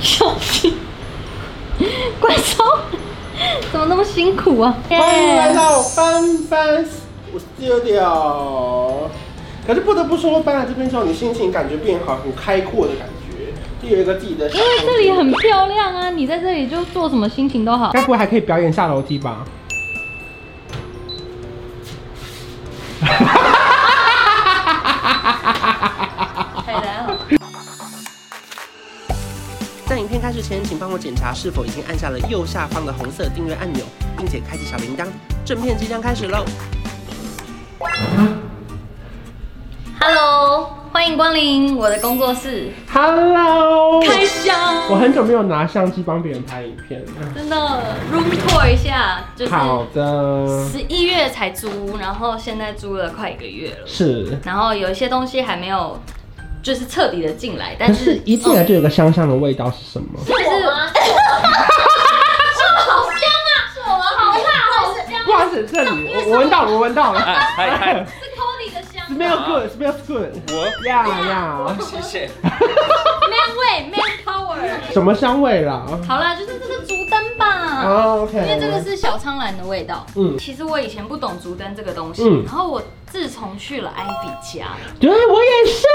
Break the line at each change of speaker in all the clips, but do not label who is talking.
小心， 怪兽，怎么那么辛苦啊？
欢迎来到翻翻 Studio。可是不得不说，搬来这边之后，你心情感觉变好，很开阔的感觉，就有一个自己的。
因为这里很，漂亮啊，你在这里就做什么心情都好。
该不会还可以表演下楼梯吧？
海南好，
在影片开始前，请帮我检查是否已经按下了右下方的红色订阅按钮，并且开启小铃铛。正片即将开始喽！
，Hello，欢迎光临我的工作室，
Hello，
开箱。
我很久没有拿相机帮别人拍影片 了。
真的 room tour 一下，就是
好的，
十一月才租，然后现在租了快一个月了，
是。
然后有一些东西还没有，就是彻底的进来，
可
但
是
是，哦
一进来就有个香香的味道，是什么？
就是
我吗？
好香啊，
是我吗？好辣，
哦
好香！
不好意思，这里我我闻到了，我闻到了。
哎
嗨嗨嗨，
是 Cody 的香
Smell good, smells good。
我
呀呀，
谢谢。
，Man way Man power。
什么香味啦？
好啦，就是这个竹灯吧，
啊，OK。
因为这个是小苍兰的味道。
嗯
其实我以前不懂竹灯这个东西，
嗯
然后我自从去了艾比家，
对，我也是。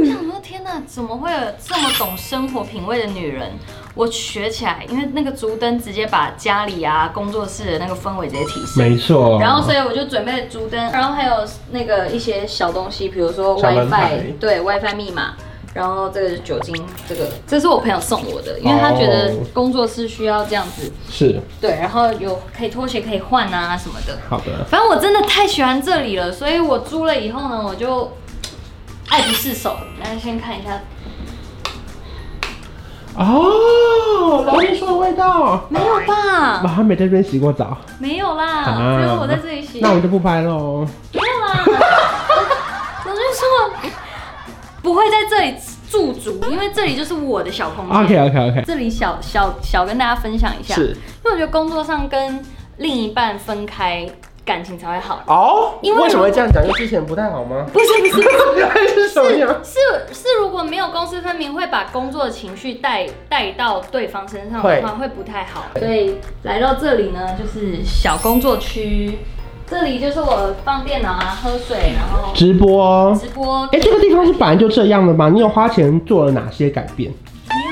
我想说天哪，怎么会有这么懂生活品味的女人？我学起来，因为那个竹灯直接把家里啊、工作室的那个氛围直接提升。
没错。
然后，所以我就准备了竹灯，然后还有那个一些小东西，比如说
小灯牌
WiFi，对 WiFi 密码，然后这个是酒精，这个这是我朋友送我的，因为他觉得
哦
工作室需要这样子，
是
对，然后有可以拖鞋可以换啊什么的。
好的。
反正我真的太喜欢这里了，所以我租了以后呢，我就爱不释手。大家先看一下，
哦，老你说的味道。
没有
我
吧？
还没在这边洗过澡
没有 啦，只啊有我在这里洗。
啊那我
没
就不拍喽。
有啦， 我就说不会在这里驻足，因为这里就是我的小空间。
OK OK OK。
这里小小小跟大家分享一下，
是
因为我觉得工作上跟另一半分开，感情才会好。
哦，
因为
为什么会这样讲？因为之前不太好吗？
不是不是。
是什么样？
是是，如果没有公私分明，会把工作的情绪带带到对方身上
会
的话，会不太好。所以来到这里呢，就是小工作区，这里就是我放电脑啊、喝水，然后
直播。
直播。
哎、这个地方是本来就这样的吗？你有花钱做了哪些改变？哦
没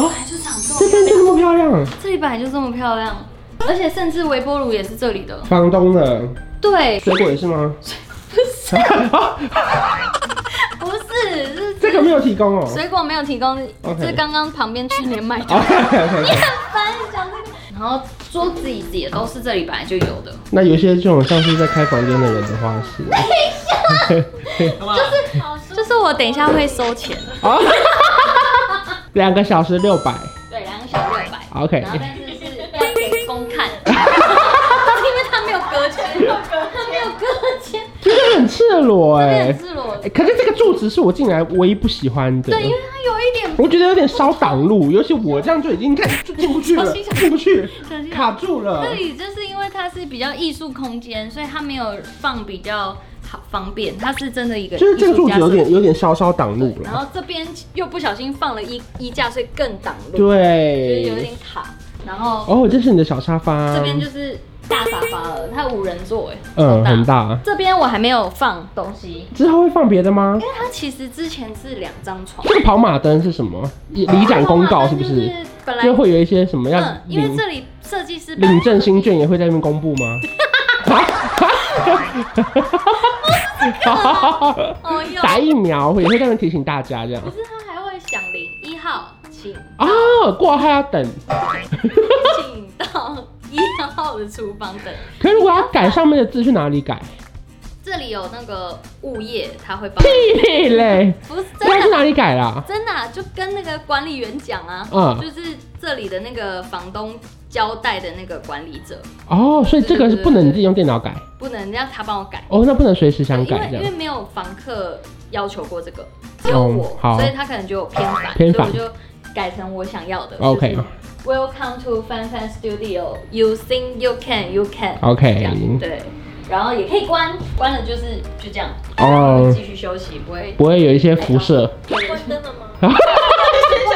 有哎、这里本来就长这么
这
漂亮，
边就那么漂亮，
这里本来就这么漂亮，而且甚至微波炉也是这里的。
房东的
对，
水果也是吗？
不是是
这个没有提供哦、
水果没有提供，
OK 啊
是刚刚旁边去年买 的。
OK OK OK。
烦，讲这个。然后桌子椅子也都是这里本来就有的。
那有一些这种像是在开房间的人的话是，
就是我等一下会收钱，
哦， 两个小时六百
对，两个小六百，
啊，OK，
然后但是是要给公看， 因为他没有隔间，他没有隔间，
这个很赤裸
有
哎、
点赤裸。
欸可是这个柱子是我进来唯一不喜欢的，
对，因为他有一点
我觉得有点烧挡路，尤其我这样就已经看就进不去了
小心，小心
进不去
小心，
卡住了
这。里就是因为它是比较艺术空间，所以它没有放比较好方便，它是真的一个
就是这个
艺术
柱
家
子有
设
点
计。
有点稍稍挡路
然
了，
后这边又不小心放了衣衣架，所以更挡路，就是有
对
点。卡。然后
哦，这是你的小沙发，
这边就是大沙发了，它五人座哎，
嗯
超
很大，
这边我还没有放东西，
之后会放别的吗
因？为它其实之前是两张床。
这个跑马灯是什么？里里长公告是不？
就是本
就
来
会有一些什么要
嗯，因为
领
这里设计师
领证新券也会在那边 公布吗？啊
哦有，
打疫苗也会在那边提醒大家这样
不。是他还会响铃一号，请
啊，挂号要等，
请到一号的厨房等。
可是如果要改上面的字去哪里改？
这里有那个物业，他会帮，
屁嘞，
不是
这要去
真的
哪里改啦？
真的啊、就跟那个管理员讲啊，
嗯，
就是这里的那个房东交代的那个管理者，
哦，所以这个是不能你自己用电脑改，
不能让他帮我改。
哦，那不能随时想
因为
改这
因为
样。
没有房客要求过这个，只有我
哦，好
所以他可能就有偏反，
偏反
所以我就改成我想要的。就
OK
是 Welcome to Fan Fan Studio. You think you can, you can. 这
OK，
样对，然后也可以关，关了就是就这样，
哦
继续休息，不会
不会有一些辐射。
关灯了吗？
不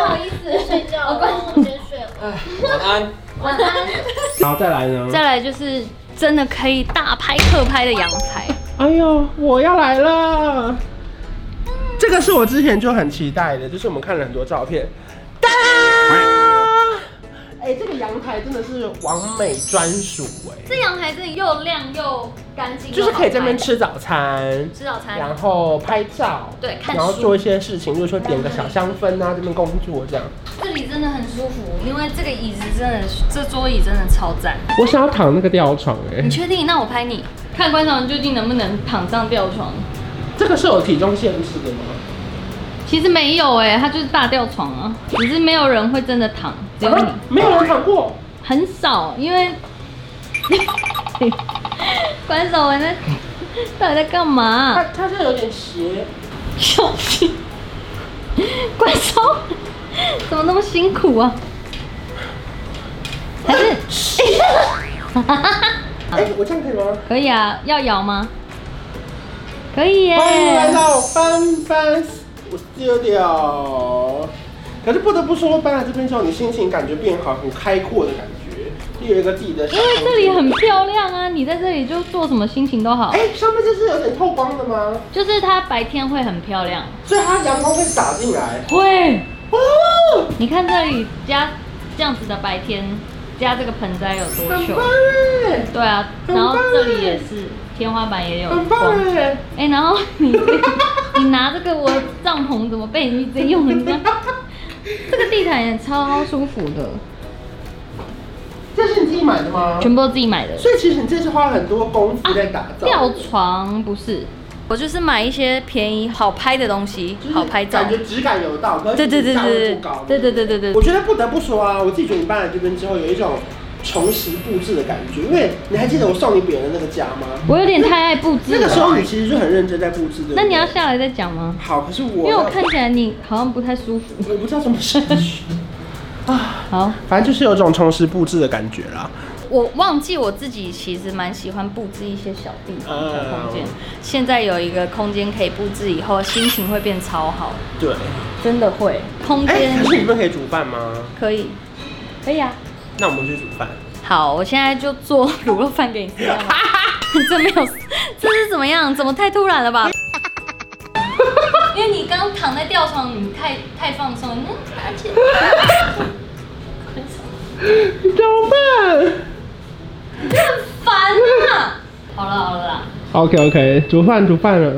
好意思。
哎，晚安。
晚安。
好，再来呢？
再来就是真的可以大拍特拍的阳台，
哎呦，我要来了！这个是我之前就很期待的，就是我们看了很多照片。哒啦！哎、这个阳台真的是完美专属哎，
这阳台真的又亮又干净，
就是可以在那边
又好
吃早餐，
拍吃早餐，
然后拍照，
对看书
然后做一些事情，比如说点个小香氛啊，这边工作这样。
这里真的很舒服，因为这个椅子真的，这桌椅真的超赞。
我想要躺那个吊床哎、
你确定？那我拍你，看观赏人究竟能不能躺上吊床。
这个是有体重限制的吗？
其实没有哎、它就是大吊床啊，只是没有人会真的躺，只有你
啊，没有人躺过。
很少，因为 关守文 在到底在干嘛
它？它现在有点斜，
小心，关守文 怎么那么辛苦啊？还是
哎、我这样可以吗？
可以啊？要摇吗？可以耶、
欢迎来到翻翻 Studio。可是不得不说，搬来这边之后，你心情感觉变好，很开阔的感觉，就有一个自己的小
因
空
为
间。
这里很漂亮啊，你在这里就做什么心情都好
哎、，上面这是有点透光的吗？
就是它白天会很漂亮。
所以它阳光会洒进来。
会，
哦，
你看这里加这样子的白天，加这个盆栽有多
很
秀
棒？哎，
对啊，
很棒
然后这里也是天花板也有
很
光。
棒哎！
哎、然后你 你拿这个我帐篷怎么被你直接用人家？这个地毯也超舒服的，
这是你自己买的吗？
全部都自己买的。
所以其实你这次花很多功夫在打
啊
造，
吊床不是，我就是买一些便宜好拍的东西
就是，
好拍照。
感觉质感有到，可是
对对对
价位
对
不高
对对对对对对，
我觉得不得不说啊，我自己觉得你搬来这边之后有一种重拾布置的感觉，因为你还记得我送你别人的那个家吗？
我有点太爱布置
那个时候
了。
你其实就很认真在布置，对不对
那你要下来再讲吗？
好，可是我
因为我看起来你好像不太舒服。
我不知道怎么下去 啊，
好，
反正就是有种重拾布置的感觉啦。
我忘记我自己其实蛮喜欢布置一些小地方、小空间
嗯。
现在有一个空间可以布置，以后心情会变超好，
对，
真的会。空
哎、
间
可是你们可以煮饭吗？
可以，可以啊。
那我们去煮饭。
好，我现在就做卤肉饭给你吃，好 吗这没有，这是怎么样？怎么太突然了 吧？因为你刚躺在吊床，你太太放松，嗯，而且
怎么办
烦啊！好了好了啦，
？OK OK，煮饭煮饭了。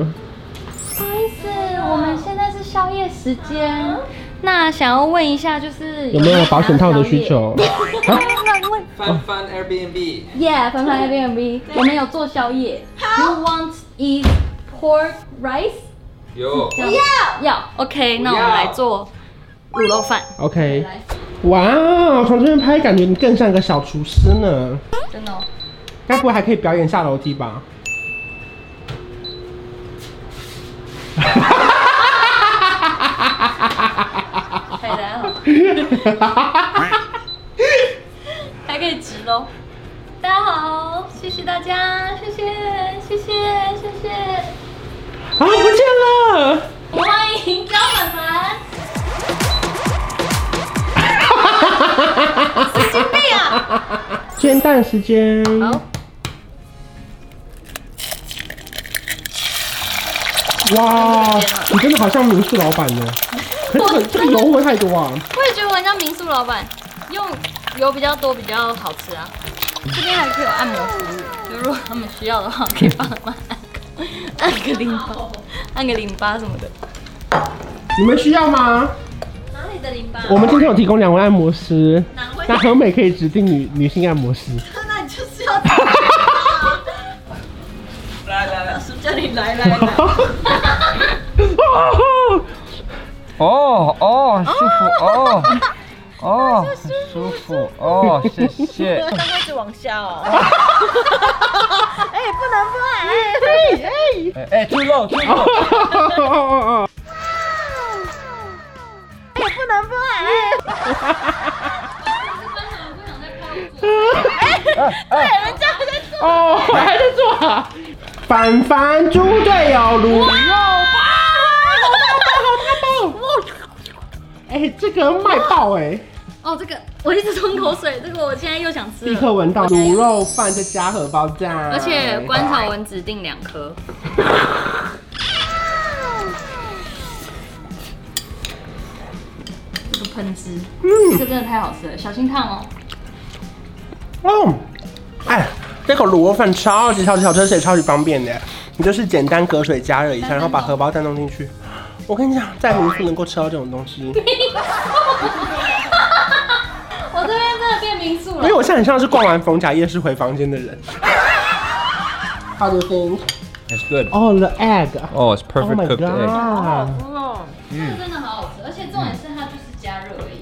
不好意思，我们现在是宵夜时间，啊那想要问一下，就是有
求？啊
没有人敢问
翻翻 Airbnb，
，Yeah，翻翻 Airbnb，我们有做宵夜。You want eat pork rice？
有
不要要，OK，那我们来做卤肉饭。
OK，
来，
哇哦，从这边拍感觉你更像个小厨师呢，
真的、哦，
该不会还可以表演下楼梯吧？
太太好，
啊
还可以直喽。大家好，谢谢大家，谢谢，谢谢，谢谢，
啊，不见了！
欢迎张凡 凡。神经病 啊！
煎蛋时间，
好，
哇，你真的好像民宿老板呢。可是这个这个油会不会太多啊！
我也觉得我很像民宿老板，用油比较多比较好吃啊。这边还可以有按摩服务，就如果他们需要的话，可以帮他们按个按个淋巴，按个淋巴什么的。
你们需要吗？
哪里的淋巴？
我们今天有提供两位按摩师，
哪位？
那和美可以指定女女性按摩师。
那你就是要打啊。 来来来，是叫你来来 来。
哦哦，舒服哦哦，很舒服哦，谢谢。
那就往下 哦。哎，不能不
哎哎，猪肉猪肉，
爱，哎，不能不爱。
哎，人家还在做。哦，还在做啊。凡凡猪队友卤肉饭，好棒好棒好棒！哎，这个卖爆哎！
哦，这个我一直吞口水，这个我现在又想 吃
立
了。
刻闻到卤肉饭再加荷包蛋，
而且观草文指定两颗， 这个喷汁，这
嗯
个真的太好吃了，小心烫 哦。
哦，哎，这口卤肉饭超级超级好吃，而且超级方便的，你就是简单隔水加热一下，然后把荷包蛋弄进去。我跟你讲，在民宿能够吃到这种东 西，
我这边真的变民宿
因为
了，
我现在很像是逛完逢甲夜市回房间的人。How do you think?
It's good.
Oh, the egg.
Oh, it's
Oh
perfect
my
cooked egg.
god.
这个真的好好吃，而且重点是它就是加热而已，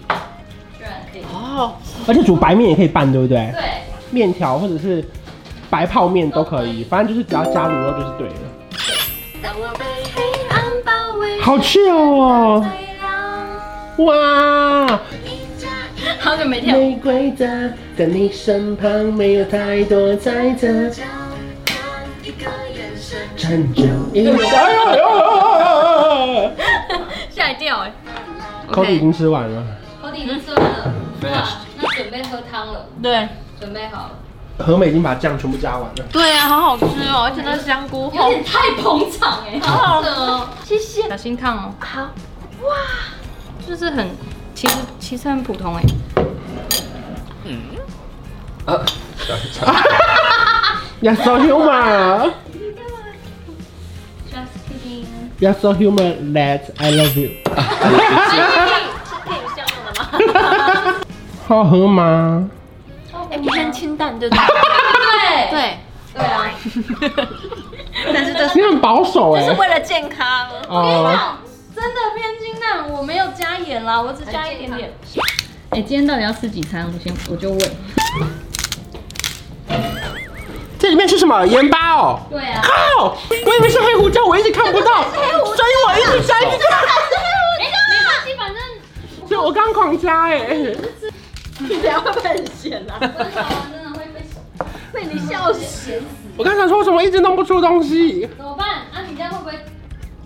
居然可以。
哦，而且煮白面也可以拌，对不对？
对，
面条或者是白泡面都可以，反正就是只要加卤肉就是对了。
让我被黑暗包围。
好 chill 哦！哇，
好久没跳，
玫瑰的在你身旁，没有太多猜测。站着一个哎呦哎呦哎呦哎呦！
吓一跳哎。
口底已经吃完了，
口底已经吃完了，哇，那准备喝汤了，
对
准备好了，
和美已经把酱全部加完了。
对啊，好好吃哦，而且那香菇
嗯有
好
点哎太捧场哎，好好吃哦，谢谢，小心烫哦，
好，
就是很，其实其实很普通哎，
Uh, sorry, sorry.
You're so human,
Just kidding，
you're so human that I love you。
是可以香的吗？
好喝吗？
哎，偏清淡对不对？
对
对，
对 啊，
但是这是
你很保守哎、
这是为了健康。
哦，
真的偏清淡，我没有加盐啦，我只加一点点。哎，今天到底要吃几餐？我先我就问。
这里面是什么？盐巴哦。
对啊，
靠！我以为是黑胡椒，我一直看不到，所以我一直加，一直加，
没关系，反正
所以我刚狂加哎、
你等下会不会很咸啊？
真的我真的会被
被你笑死。
我刚想说什么，一直弄不出东西。
怎么办？啊，你这样会不会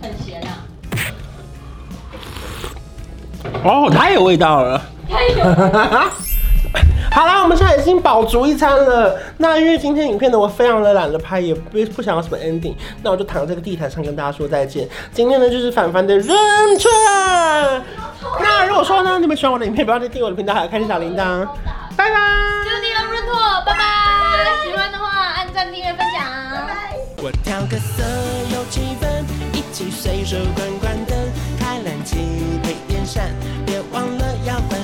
很咸啊？
哦，太有味道了。
太有。
好啦，我们现在已经饱足一餐了。那因为今天影片呢，我非常的懒得拍，也不不想要什么 ending，那我就躺在这个地毯上跟大家说再见。今天呢，就是凡凡的人串。那如果说呢，你们喜欢我的影片，不要忘记订阅我的频道，还有开启小铃铛。拜拜。
祝你有润拓，拜拜！喜欢的话按赞、订阅、分享。
我调个色有气氛，一起随手关关灯，开冷气配电扇，别忘了要关